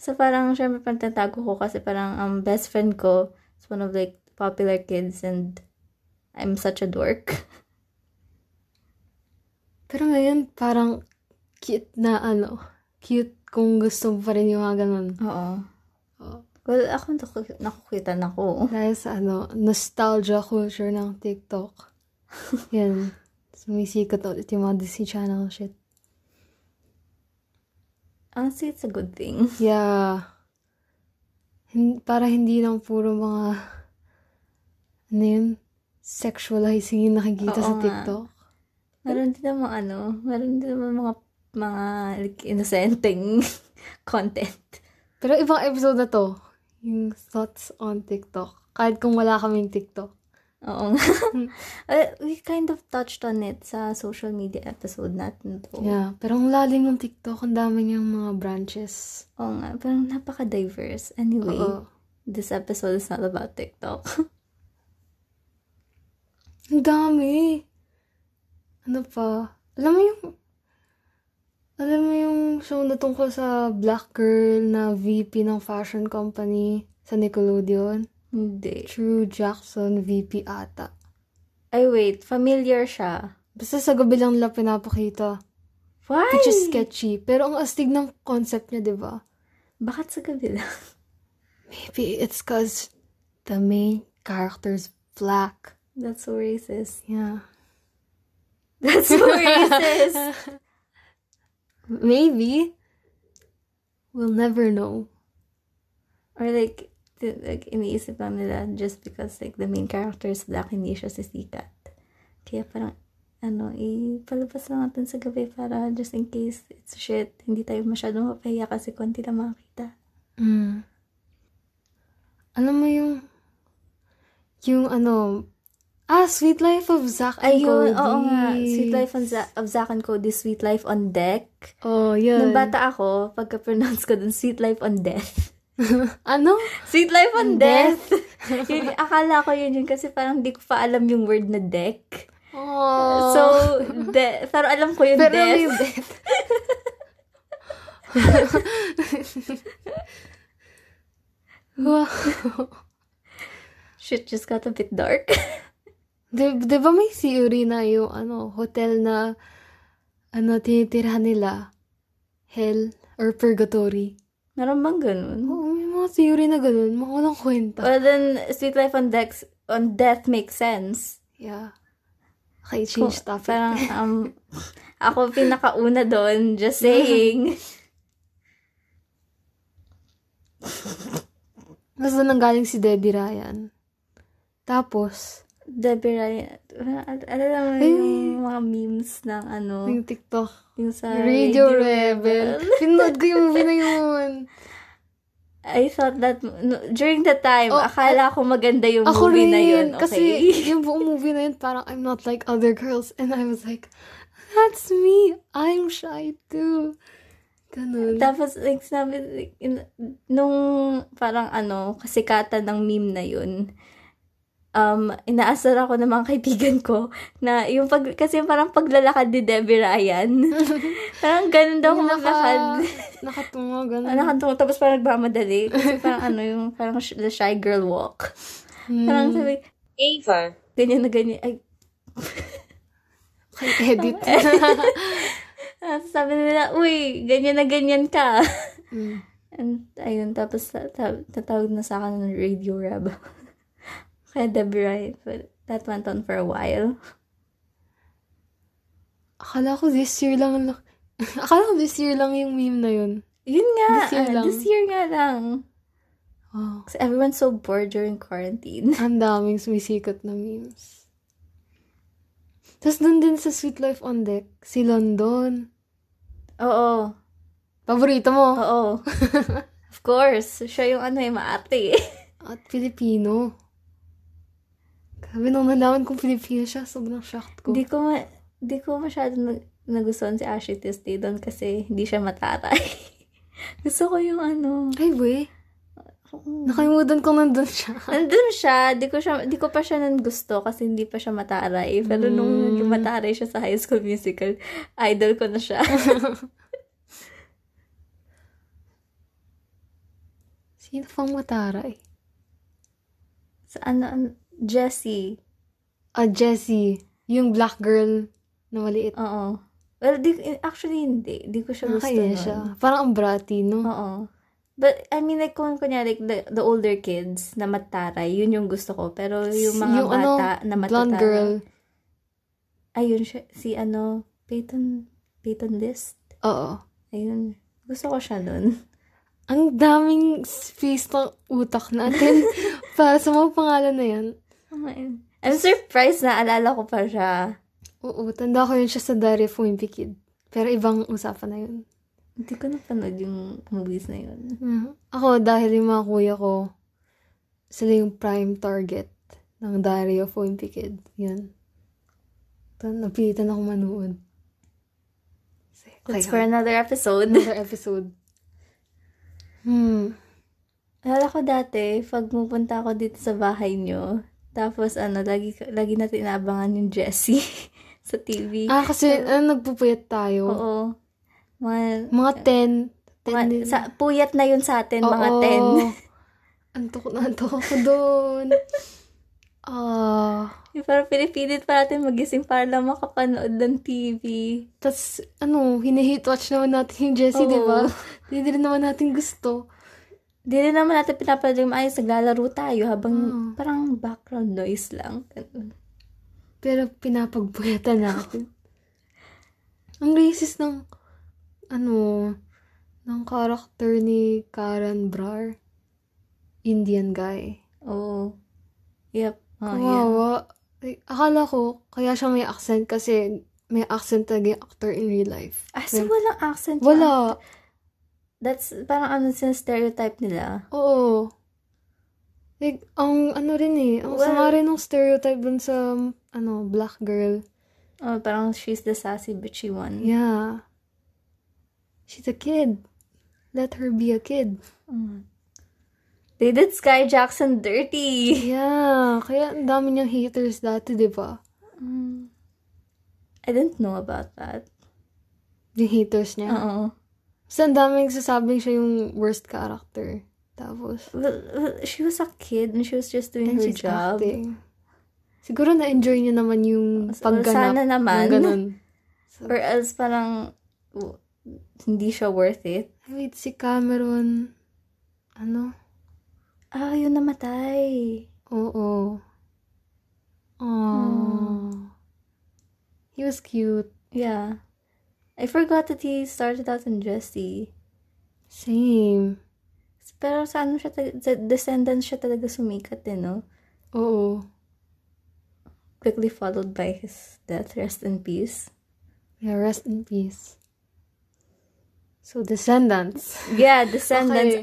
Speaker 3: So, parang, syempre, pantatago ko kasi parang ang best friend ko is one of, like, popular kids and I'm such a dork.
Speaker 2: Pero ngayon, parang cute na ano. Cute kung gusto mo pa rin yung mga ganun.
Speaker 3: Oo.
Speaker 2: Oo.
Speaker 3: Well, ako naku- nakukita na ko.
Speaker 2: Dahil sa ano, nostalgia culture ng TikTok. Yan. Sumisikat ulit yung mga Disney Channel shit.
Speaker 3: Honestly, Ah, it's a good thing.
Speaker 2: Yeah. Hin- para hindi lang puro mga, ano yun, sexualizing yung nakikita
Speaker 3: Oo
Speaker 2: sa
Speaker 3: nga.
Speaker 2: TikTok.
Speaker 3: Meron din naman ano, meron din naman mga, mga like, innocenting content.
Speaker 2: Pero ibang episode na to, yung thoughts on TikTok. Kahit kung wala kaming TikTok.
Speaker 3: Oo nga. Eh, We kind of touched on it sa social media episode natin to.
Speaker 2: Yeah. Pero ang lalim ng TikTok, ang dami niyang mga branches.
Speaker 3: Oo nga, parang napaka-diverse. Anyway,
Speaker 2: Oo.
Speaker 3: this episode is not about TikTok.
Speaker 2: Ang dami. Ano pa? Alam mo yung... Alam mo yung show na tungkol sa black girl na VP ng fashion company sa Nickelodeon?
Speaker 3: Hindi.
Speaker 2: True Jackson VP ata.
Speaker 3: Ay, wait. Familiar siya.
Speaker 2: Basta sa gabi lang nila pinapakita.
Speaker 3: Why?
Speaker 2: Which is sketchy. Pero ang astig ng concept niya, di ba?
Speaker 3: Bakit sa gabi lang?
Speaker 2: Maybe it's cause the main character's black.
Speaker 3: That's so racist.
Speaker 2: Yeah.
Speaker 3: That's so racist.
Speaker 2: Maybe. We'll never know.
Speaker 3: Or like, th- like, iniisip lang nila just because like the main character is black, hindi siya sisikat. Kaya parang, ano, ipalabas lang natin sa gabi para just in case it's shit. Hindi tayo masyadong mapahiya kasi konti lang makakita.
Speaker 2: Mm. Alam mo yung... Yung ano... Ah, Sweet Life of Zack and Cody.
Speaker 3: Ayun, oo nga. Sweet Life on Za- of Zack and Cody, Sweet Life on Deck.
Speaker 2: Oh, yun.
Speaker 3: Nung bata ako, pagka-pronounce ko dun, Sweet Life on Death.
Speaker 2: ano?
Speaker 3: Sweet Life on,
Speaker 2: On
Speaker 3: Death! yun, akala ko yun yun kasi parang di ko pa alam yung word na deck.
Speaker 2: Oh.
Speaker 3: So, de- pero alam ko yung
Speaker 2: Pero
Speaker 3: death.
Speaker 2: may death. wow.
Speaker 3: Shit, just got a bit dark.
Speaker 2: Di, di ba may theory na yung ano, hotel na ano, tinitira nila? Hell or purgatory?
Speaker 3: Meron bang ganun?
Speaker 2: Oo, may mga theory na ganun. Mga walang kwenta.
Speaker 3: Well, then, Sweet Life on, Dex- on Death makes sense.
Speaker 2: Yeah. Okay,
Speaker 3: Ko-
Speaker 2: change topic.
Speaker 3: Parang, um, ako pinakauna doon, just saying.
Speaker 2: Tapos doon nang galing si Debbie Ryan. Tapos,
Speaker 3: Debbie Ryan. Al- alam mo
Speaker 2: Ay.
Speaker 3: yung mga memes ng ano,
Speaker 2: yung TikTok,
Speaker 3: yung sa
Speaker 2: Radio, Rebel. Pinood ko yung movie na yun.
Speaker 3: I thought that, no, during the time,
Speaker 2: Oh,
Speaker 3: akala ko maganda yung
Speaker 2: Ako
Speaker 3: movie
Speaker 2: rin.
Speaker 3: na yun. Okay.
Speaker 2: Kasi yung buong movie na yun, parang I'm not like other girls. And I was like, that's me. I'm shy too. Ganun.
Speaker 3: Tapos, like, sinabi, like, in- nung parang ano, kasikatan ng meme na yun, um, inaasar ako ng mga kaibigan ko na yung pag, kasi parang paglalakad ni Debbie Ryan. parang ganun daw
Speaker 2: Yung Mm.
Speaker 3: ako maglakad.
Speaker 2: Nakatungo, ganun.
Speaker 3: Nakatungo, tapos parang nagmamadali. Kasi parang ano, yung parang sh- the shy girl walk.
Speaker 2: Hmm.
Speaker 3: Parang sabi,
Speaker 1: Ava,
Speaker 3: ganyan na ganyan. Ay,
Speaker 2: Okay, edit.
Speaker 3: ah, sabi nila, uy, ganyan na ganyan ka.
Speaker 2: Hmm.
Speaker 3: And, ayun, tapos ta- ta- tatawag na sa akin ng Radio Rebel. Kaya Debbie Ryan, but that went on for a while.
Speaker 2: Akala ko this year lang. lang- Akala ko this year lang yung meme na yun.
Speaker 3: Yun nga,
Speaker 2: This year
Speaker 3: ah,
Speaker 2: lang.
Speaker 3: this year nga lang.
Speaker 2: Wow.
Speaker 3: Kasi everyone's so bored during quarantine.
Speaker 2: Oh, Ang daming sumisikat na memes. Tapos dun din sa Sweet Life on Deck, si London.
Speaker 3: Oo,
Speaker 2: Paborito mo?
Speaker 3: oo. of course, siya yung ano yung maate.
Speaker 2: At Ah, Filipino. Grabe, nung nalaman kong Filipino siya, sobrang shocked ko.
Speaker 3: Hindi ko ma- di ko masyado nag- nagustuhan si Ashley Tisday doon kasi hindi siya mataray. Gusto ko yung ano.
Speaker 2: Ay, we.
Speaker 3: oo.
Speaker 2: Nakalimutan ko nandun siya.
Speaker 3: Nandun siya, di ko siya, di ko pa siya nan gusto kasi hindi pa siya mataray. Pero nung
Speaker 2: Mm.
Speaker 3: mataray siya sa High School Musical, idol ko na siya.
Speaker 2: Sino pang eh? mataray?
Speaker 3: sa ano, an- Jessie.
Speaker 2: Ah, Jessie. Yung black girl na maliit.
Speaker 3: Oo. Well, di, actually hindi. Di ko siya Ah, gusto
Speaker 2: Nakaya
Speaker 3: nun.
Speaker 2: Ah, siya. Parang ang brati, no?
Speaker 3: Oo. But, I mean, like, kung kunyari, like, the, the older kids na mataray, yun yung gusto ko. Pero Ah, yung mga
Speaker 2: Yung ano,
Speaker 3: bata na
Speaker 2: Blonde
Speaker 3: matataray.
Speaker 2: girl.
Speaker 3: Ayun siya, si ano, Peyton, Peyton List.
Speaker 2: Oo.
Speaker 3: Ayun. Gusto ko siya nun.
Speaker 2: Ang daming space ng utak natin para sa mga pangalan na yan.
Speaker 3: I'm surprised na alala ko pa siya.
Speaker 2: Oo, tanda ko yun siya sa Diary of a Wimpy Kid. Pero ibang usapan na yun.
Speaker 3: Hindi ko napanood yung movies na yun.
Speaker 2: Mhm. Ako, dahil yung mga kuya ko, sila yung prime target ng Diary of a Wimpy Kid. Yun. Ito, napilitan ako manood.
Speaker 3: That's
Speaker 2: Kaya-
Speaker 3: for another episode.
Speaker 2: Another episode. Hmm.
Speaker 3: Alala ko dati, pag pupunta ako dito sa bahay nyo, Tapos ano, lagi, lagi natin inaabangan yung Jessie sa TV.
Speaker 2: Ah, kasi ah, nagpupuyat tayo.
Speaker 3: Oo. Mga,
Speaker 2: Mga 10. 10
Speaker 3: mga-
Speaker 2: din.
Speaker 3: sa, puyat na yun sa atin, mga
Speaker 2: Oo.
Speaker 3: 10.
Speaker 2: Antok na antok ako doon. Ah.
Speaker 3: Yung parang pinipilit pa natin magising para lang makapanood ng TV.
Speaker 2: Tapos, ano, hinihate watch naman natin yung Jessie,
Speaker 3: Oo.
Speaker 2: di ba? Hindi rin naman natin gusto.
Speaker 3: Di rin naman natin pinapanood yung maayos. Naglalaro tayo habang
Speaker 2: Oo.
Speaker 3: parang background noise lang. Ganun.
Speaker 2: Pero pinapagpuyatan natin. Ang racist ng, ano, ng karakter ni Karan Brar. Indian guy.
Speaker 3: Oo. Yep. Oh, yeah.
Speaker 2: Kawawa. Like, akala ko, kaya siya may accent kasi may accent talaga yung actor in real life.
Speaker 3: Ah, so walang accent. yung
Speaker 2: Wala.
Speaker 3: That's parang ano sin stereotype nila.
Speaker 2: Oo. Like, ang ano rin eh, ang
Speaker 3: Well-
Speaker 2: sama rin ng stereotype dun sa, ano, black girl.
Speaker 3: Oh, parang she's the sassy bitchy one.
Speaker 2: Yeah. She's a kid. Let her be a kid.
Speaker 3: Mm. They did Sky Jackson dirty.
Speaker 2: Yeah. Kaya ang dami niyang haters dati, di ba?
Speaker 3: Mm. I didn't know about that.
Speaker 2: Yung haters niya.
Speaker 3: Oo.
Speaker 2: So, ang dami nagsasabing siya yung worst character. Tapos,
Speaker 3: Well, well, she was a kid and she was just doing
Speaker 2: and
Speaker 3: her
Speaker 2: she's
Speaker 3: job.
Speaker 2: acting. Siguro na-enjoy niya naman yung
Speaker 3: Well, sana
Speaker 2: pagganap.
Speaker 3: naman.
Speaker 2: ng ganun.
Speaker 3: Or else parang w- hindi siya worth it.
Speaker 2: Wait, si Cameron, ano?
Speaker 3: Ah, yun namatay.
Speaker 2: Oo. Aww. He was cute.
Speaker 3: Yeah. I forgot that he started out in Jesse.
Speaker 2: Same.
Speaker 3: Pero sa ano siya, tal- sa descendants siya talaga sumikat eh, no?
Speaker 2: Oo.
Speaker 3: Quickly followed by his death, rest in peace.
Speaker 2: Yeah, rest in peace. So, Descendants.
Speaker 3: Yeah, descendants.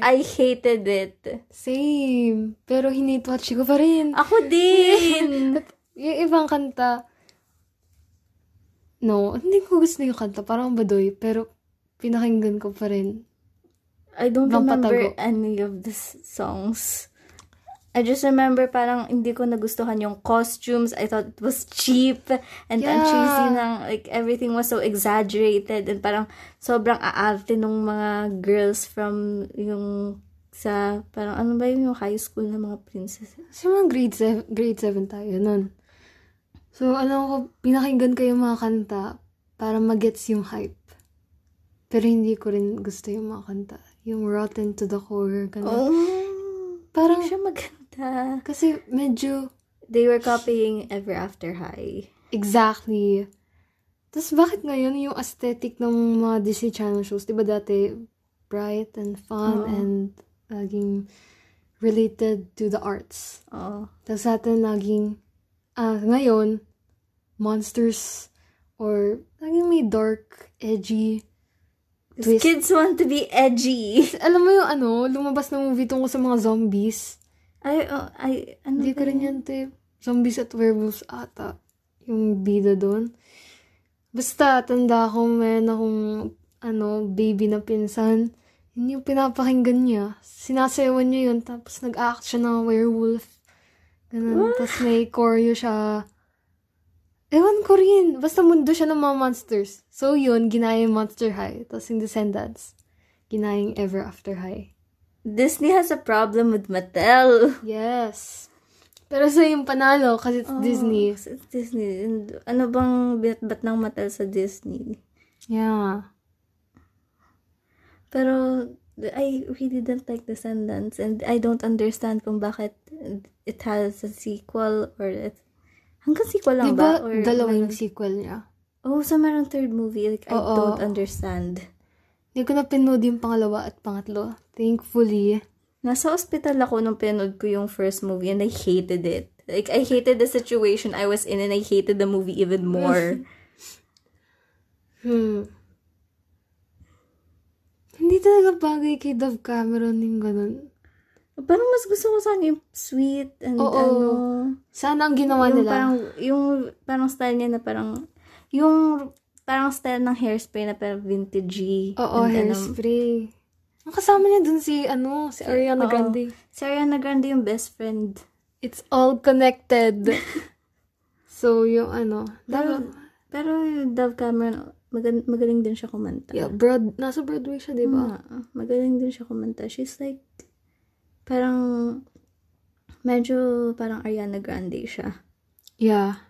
Speaker 2: Okay.
Speaker 3: I hated it.
Speaker 2: Same. Pero hinitwatch ko pa rin.
Speaker 3: Ako din!
Speaker 2: Yung ibang kanta, no, hindi ko gusto yung kanta. Parang badoy. Pero, pinakinggan ko pa rin.
Speaker 3: I don't
Speaker 2: Ibang
Speaker 3: remember
Speaker 2: patago.
Speaker 3: any of the s- songs. I just remember parang hindi ko nagustuhan yung costumes. I thought it was cheap and ang cheesy
Speaker 2: Yeah.
Speaker 3: ng like everything was so exaggerated and parang sobrang aarte nung mga girls from yung sa parang ano ba yun, yung high school na mga princess.
Speaker 2: Kasi mga grade 7, grade 7 tayo nun. So, alam ko, pinakinggan ko yung mga kanta para magets yung hype. Pero hindi ko rin gusto yung mga kanta. Yung rotten to the core, ganun.
Speaker 3: Oh,
Speaker 2: Parang,
Speaker 3: parang siya maganda.
Speaker 2: kasi medyo
Speaker 3: They were copying Ever After High.
Speaker 2: exactly. Tapos bakit ngayon yung aesthetic ng mga Disney Channel shows, di ba dati bright and fun
Speaker 3: Oo.
Speaker 2: and laging related to the arts.
Speaker 3: Oh,
Speaker 2: Tapos sa atin laging, ah, ngayon, monsters, or laging may dark, edgy. Twist.
Speaker 3: kids want to be edgy.
Speaker 2: Alam mo yung ano, lumabas na movie tungkol sa mga zombies.
Speaker 3: Ay, oh, ay, ano
Speaker 2: Hindi ko
Speaker 3: ba
Speaker 2: rin yan, te. Zombies at werewolves ata. Yung bida doon. Basta, tanda ko, meron akong, ano, baby na pinsan. Yun yung pinapakinggan niya. Sinasayawan niya yun, tapos nag-act siya ng werewolf. Ganun. Tapos may choreo siya. Ewan ko rin. Basta mundo siya ng mga monsters. So yun, ginaya yung Monster High. Tapos yung Descendants, ginaya yung Ever After High.
Speaker 3: Disney has a problem with Mattel.
Speaker 2: Yes. Pero sa yung panalo, kasi it's Disney.
Speaker 3: Oh, it's Disney. And Ano bang binatbat ng Mattel sa Disney?
Speaker 2: Yeah.
Speaker 3: Pero I really don't like Descendants and I don't understand kung bakit it has a sequel or it hanggang sequel lang
Speaker 2: Di ba
Speaker 3: ba? Or
Speaker 2: dalawa yung
Speaker 3: meron-
Speaker 2: sequel niya?
Speaker 3: Oh, so meron third movie. Like, I
Speaker 2: Oo.
Speaker 3: don't understand.
Speaker 2: Hindi ko na pinood yung pangalawa at pangatlo. Thankfully.
Speaker 3: Nasa ospital ako nung pinanood ko yung first movie and I hated it. Like, I hated the situation I was in and I hated the movie even more.
Speaker 2: Hmm. Hindi talaga bagay kay Dove Cameron yung ganun.
Speaker 3: Parang mas gusto ko sana yung sweet and
Speaker 2: Oo.
Speaker 3: ano.
Speaker 2: Sana ang ginawa
Speaker 3: yung
Speaker 2: nila.
Speaker 3: parang, yung parang style niya na parang, yung parang style ng hairspray na parang vintagey.
Speaker 2: Oo,
Speaker 3: And ano,
Speaker 2: hairspray. Ang kasama niya dun si, ano, si Ariana
Speaker 3: Oo.
Speaker 2: Grande.
Speaker 3: si Ariana Grande yung best friend.
Speaker 2: It's all connected. so, yung ano, dapat,
Speaker 3: Pero, pero yung Dove Cameron, magan- magaling din siya kumanta.
Speaker 2: yeah, broad, nasa Broadway siya, di
Speaker 3: Oo
Speaker 2: ba?
Speaker 3: nga, magaling din siya kumanta. She's like, parang, medyo parang Ariana Grande siya.
Speaker 2: Yeah.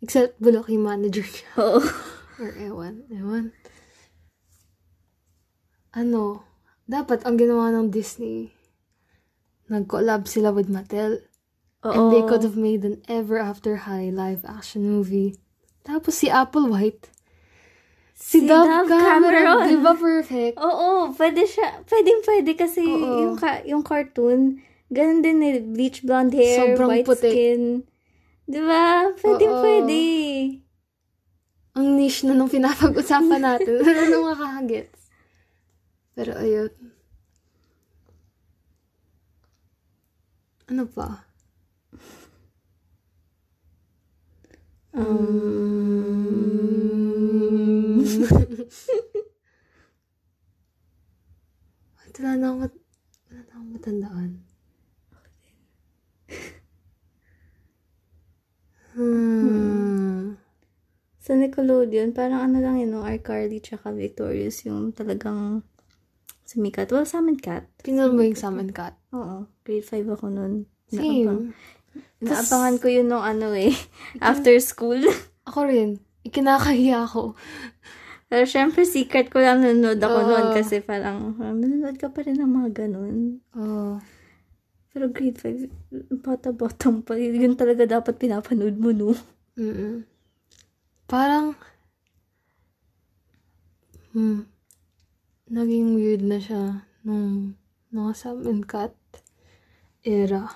Speaker 2: Except, wala kay manager niya.
Speaker 3: Oo.
Speaker 2: Or ewan. Ewan. Ano? Dapat ang ginawa ng Disney, nag-collab sila with Mattel. And they could have made an Ever After High live action movie. Tapos si Apple White. Si,
Speaker 3: Si
Speaker 2: Dove,
Speaker 3: Dove
Speaker 2: Cameron.
Speaker 3: Cameron.
Speaker 2: Di ba perfect?
Speaker 3: Oo, pwede siya. Pwedeng pwede kasi
Speaker 2: Oo.
Speaker 3: yung, ka- yung cartoon, ganun din eh. Bleach blonde hair,
Speaker 2: Sobrang
Speaker 3: white
Speaker 2: puti.
Speaker 3: skin. Di ba? Pwedeng
Speaker 2: Oo.
Speaker 3: pwede.
Speaker 2: Ang niche na nung pinapag-usapan natin. Pero nung makakagets. Pero ayun. Ano pa? Um, Wait, wala na akong, mat- wala na akong matandaan. Hmm.
Speaker 3: Sa Nickelodeon, parang ano lang yun, no? iCarly tsaka Victorious yung talagang sumikat. Well, Sam and Cat.
Speaker 2: Pinan mo yung summon cat?
Speaker 3: Oo, grade 5 ako nun. Naabang-
Speaker 2: Same.
Speaker 3: Naabangan ko yun nung ano eh, after school.
Speaker 2: Ako rin. Ikinakahiya ako.
Speaker 3: Pero syempre, secret ko lang nanonood ako
Speaker 2: Oo.
Speaker 3: noon kasi parang, parang nanonood ka pa rin ng mga ganun.
Speaker 2: Oh.
Speaker 3: Pero grade 5, bata-batang pa. Yun talaga dapat pinapanood mo, no?
Speaker 2: Mm-mm. Parang, hmm, naging weird na siya nung mga Sam and Cat era.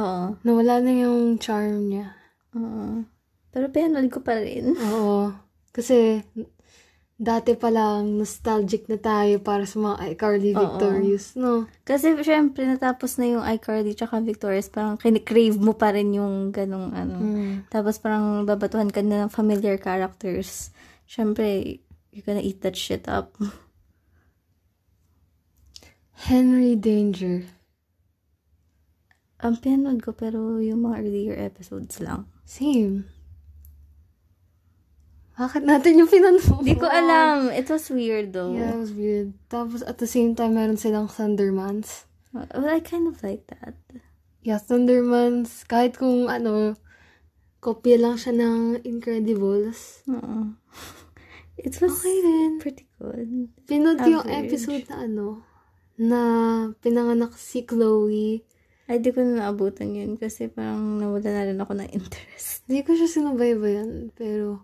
Speaker 3: Oo.
Speaker 2: Nawala na yung charm niya.
Speaker 3: Oo. Pero pinanood ko pa rin.
Speaker 2: Oo. Kasi, dati pa lang, nostalgic na tayo para sa mga iCarly
Speaker 3: Oo.
Speaker 2: Victorious, no?
Speaker 3: Kasi syempre, natapos na yung iCarly tsaka Victorious, parang kinikrave mo pa rin yung ganong ano. Tapos parang babatuhan ka na ng familiar characters. Syempre, you're gonna eat that shit up.
Speaker 2: Henry Danger.
Speaker 3: Ang Um, pinanood ko, pero yung mga earlier episodes lang.
Speaker 2: Same. Bakit natin yung pinanood?
Speaker 3: Hindi ko alam. It was weird though.
Speaker 2: Yeah, it was weird. Tapos at the same time, meron silang Thundermans.
Speaker 3: Well, I kind of like that.
Speaker 2: Yeah, Thundermans, kahit kung ano, kopya lang siya ng Incredibles.
Speaker 3: Oo. It was
Speaker 2: Okay din.
Speaker 3: pretty good.
Speaker 2: Pinod ko yung
Speaker 3: Average.
Speaker 2: episode na ano, na pinanganak si Chloe.
Speaker 3: Ay, di ko na naabutan yun kasi parang nawala na rin ako ng interest.
Speaker 2: Hindi ko siya sinubaybayan, pero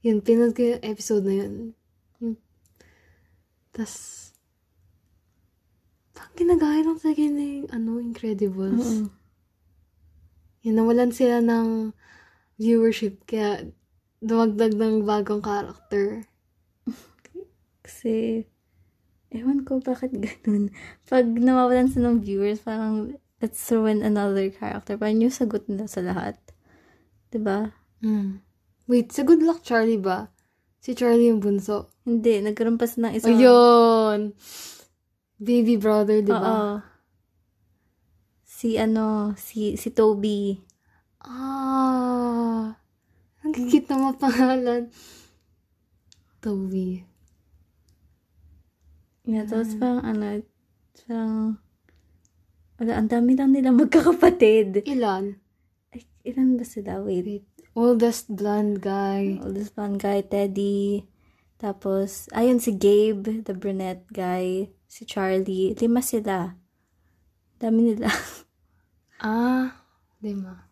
Speaker 2: yun, pinod ko yung episode na yun. Yung, tas, pang ginagaya lang sa yung ano, Incredibles. Yan, nawalan sila ng viewership ah, kaya dumagdag ng bagong character.
Speaker 3: Kasi, ewan ko bakit ganun. Pag nawawalan sa ng viewers, parang let's throw in another character. Parang yung sagot na sa lahat. Diba? 'Di ba?
Speaker 2: Wait, sa Good Luck Charlie ba? Si Charlie yung bunso.
Speaker 3: Hindi, nagkaroon pa sa ng isang...
Speaker 2: Ayun! Baby brother, di ba?
Speaker 3: Oo. Si ano, si si Toby.
Speaker 2: Ah! Ang kikit na mga pangalan. Toby. Ah.
Speaker 3: Yeah, tapos parang ano, parang, wala, ang dami lang nila magkakapatid.
Speaker 2: Ilan?
Speaker 3: Ay, ilan ba sila? Wait.
Speaker 2: Oldest blonde guy.
Speaker 3: Oldest blonde guy, Teddy. Tapos, ayun si Gabe, the brunette guy. Si Charlie. Lima sila. Dami nila.
Speaker 2: Ah, lima.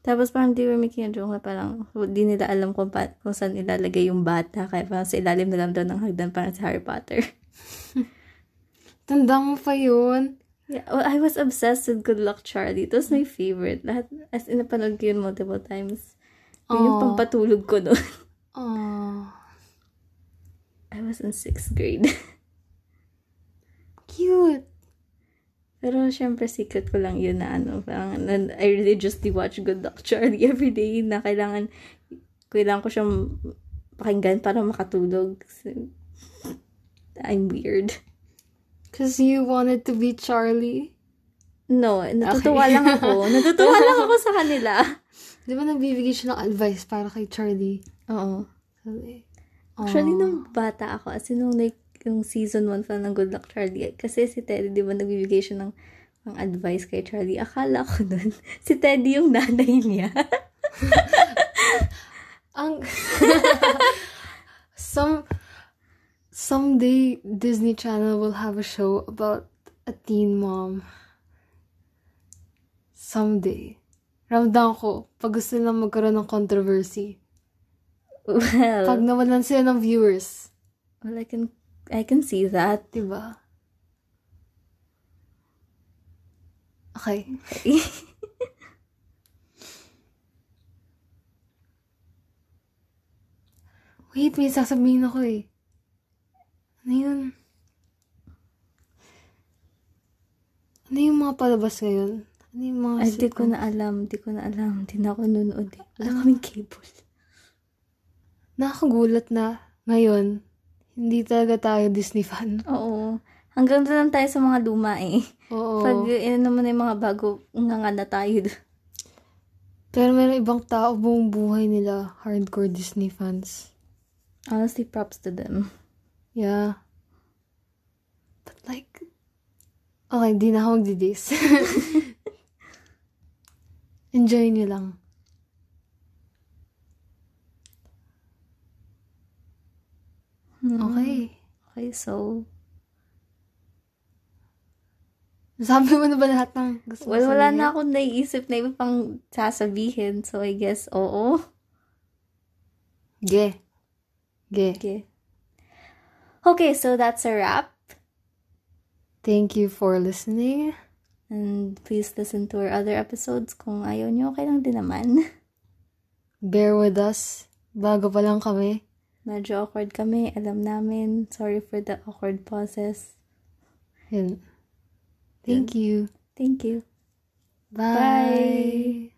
Speaker 3: Tapos parang they were making a joke na parang di nila alam kung, pa- kung saan ilalagay yung bata. Kaya parang sa ilalim na lang daw ng hagdan parang si Harry Potter.
Speaker 2: Tanda mo pa yun?
Speaker 3: Yeah, well, I was obsessed with Good Luck Charlie. It was my favorite. Lahat, as in, napanood ko yun multiple times. Yun yung
Speaker 2: Aw.
Speaker 3: pampatulog ko noon.
Speaker 2: Ah,
Speaker 3: I was in sixth grade.
Speaker 2: cute.
Speaker 3: Pero syempre, secret ko lang yun na ano, parang nan- I religiously watch Good Luck Charlie every day na kailangan, kailangan ko siyang pakinggan para makatulog. So, I'm weird.
Speaker 2: Cause you wanted to be Charlie.
Speaker 3: No, natutuwa lang ako. Natutuwa lang ako sa kanila.
Speaker 2: Di ba nagbibigay siya ng advice para kay Charlie?
Speaker 3: Oo.
Speaker 2: Sabi,
Speaker 3: Actually,
Speaker 2: "Aw."
Speaker 3: nung bata ako, as in, nung like, yung season 1 pa ng Good Luck Charlie, kasi si Teddy, di ba, nagbibigay siya ng, ng advice kay Charlie. Akala ko nun, si Teddy yung nanay niya.
Speaker 2: Ang... Some... Someday, Disney Channel will have a show about a teen mom. Someday. Ramdam ko, pag gusto nilang magkaroon ng controversy.
Speaker 3: Well,
Speaker 2: Pag nawalan sila ng viewers.
Speaker 3: well, I can, I can see that.
Speaker 2: Diba? Okay. Wait, may sasabihin ako eh. Ano yun? Ano yung mga palabas ngayon? Ano yung mga...
Speaker 3: Ay, di ko na alam, di ko na alam. Di na ako nunood. eh. Wala kaming cable.
Speaker 2: Nakagulat na ngayon. Hindi talaga tayo Disney fan.
Speaker 3: Oo. Hanggang doon lang tayo sa mga luma eh.
Speaker 2: Oo.
Speaker 3: Pag yun naman na yung mga bago, nga nga na tayo. dun.
Speaker 2: Pero meron ibang tao buong buhay nila hardcore Disney fans.
Speaker 3: Honestly, props to them.
Speaker 2: Yeah. But like... Okay, di na ako magdidis. Enjoy niyo lang.
Speaker 3: Hmm.
Speaker 2: Okay.
Speaker 3: Okay, so,
Speaker 2: Sabi mo na ba lahat ng gusto mo
Speaker 3: well, wala
Speaker 2: sabihin?
Speaker 3: na akong naiisip na iba pang sasabihin. So, I guess, oo.
Speaker 2: Ge. Ge.
Speaker 3: Okay. Okay, so that's a wrap.
Speaker 2: Thank you for listening.
Speaker 3: And please listen to our other episodes. Kung ayaw nyo, okay lang din naman.
Speaker 2: Bear with us. Bago pa lang kami.
Speaker 3: Medyo awkward kami. Alam namin. Sorry for the awkward pauses.
Speaker 2: Yun. Thank you.
Speaker 3: Thank you.
Speaker 2: Bye.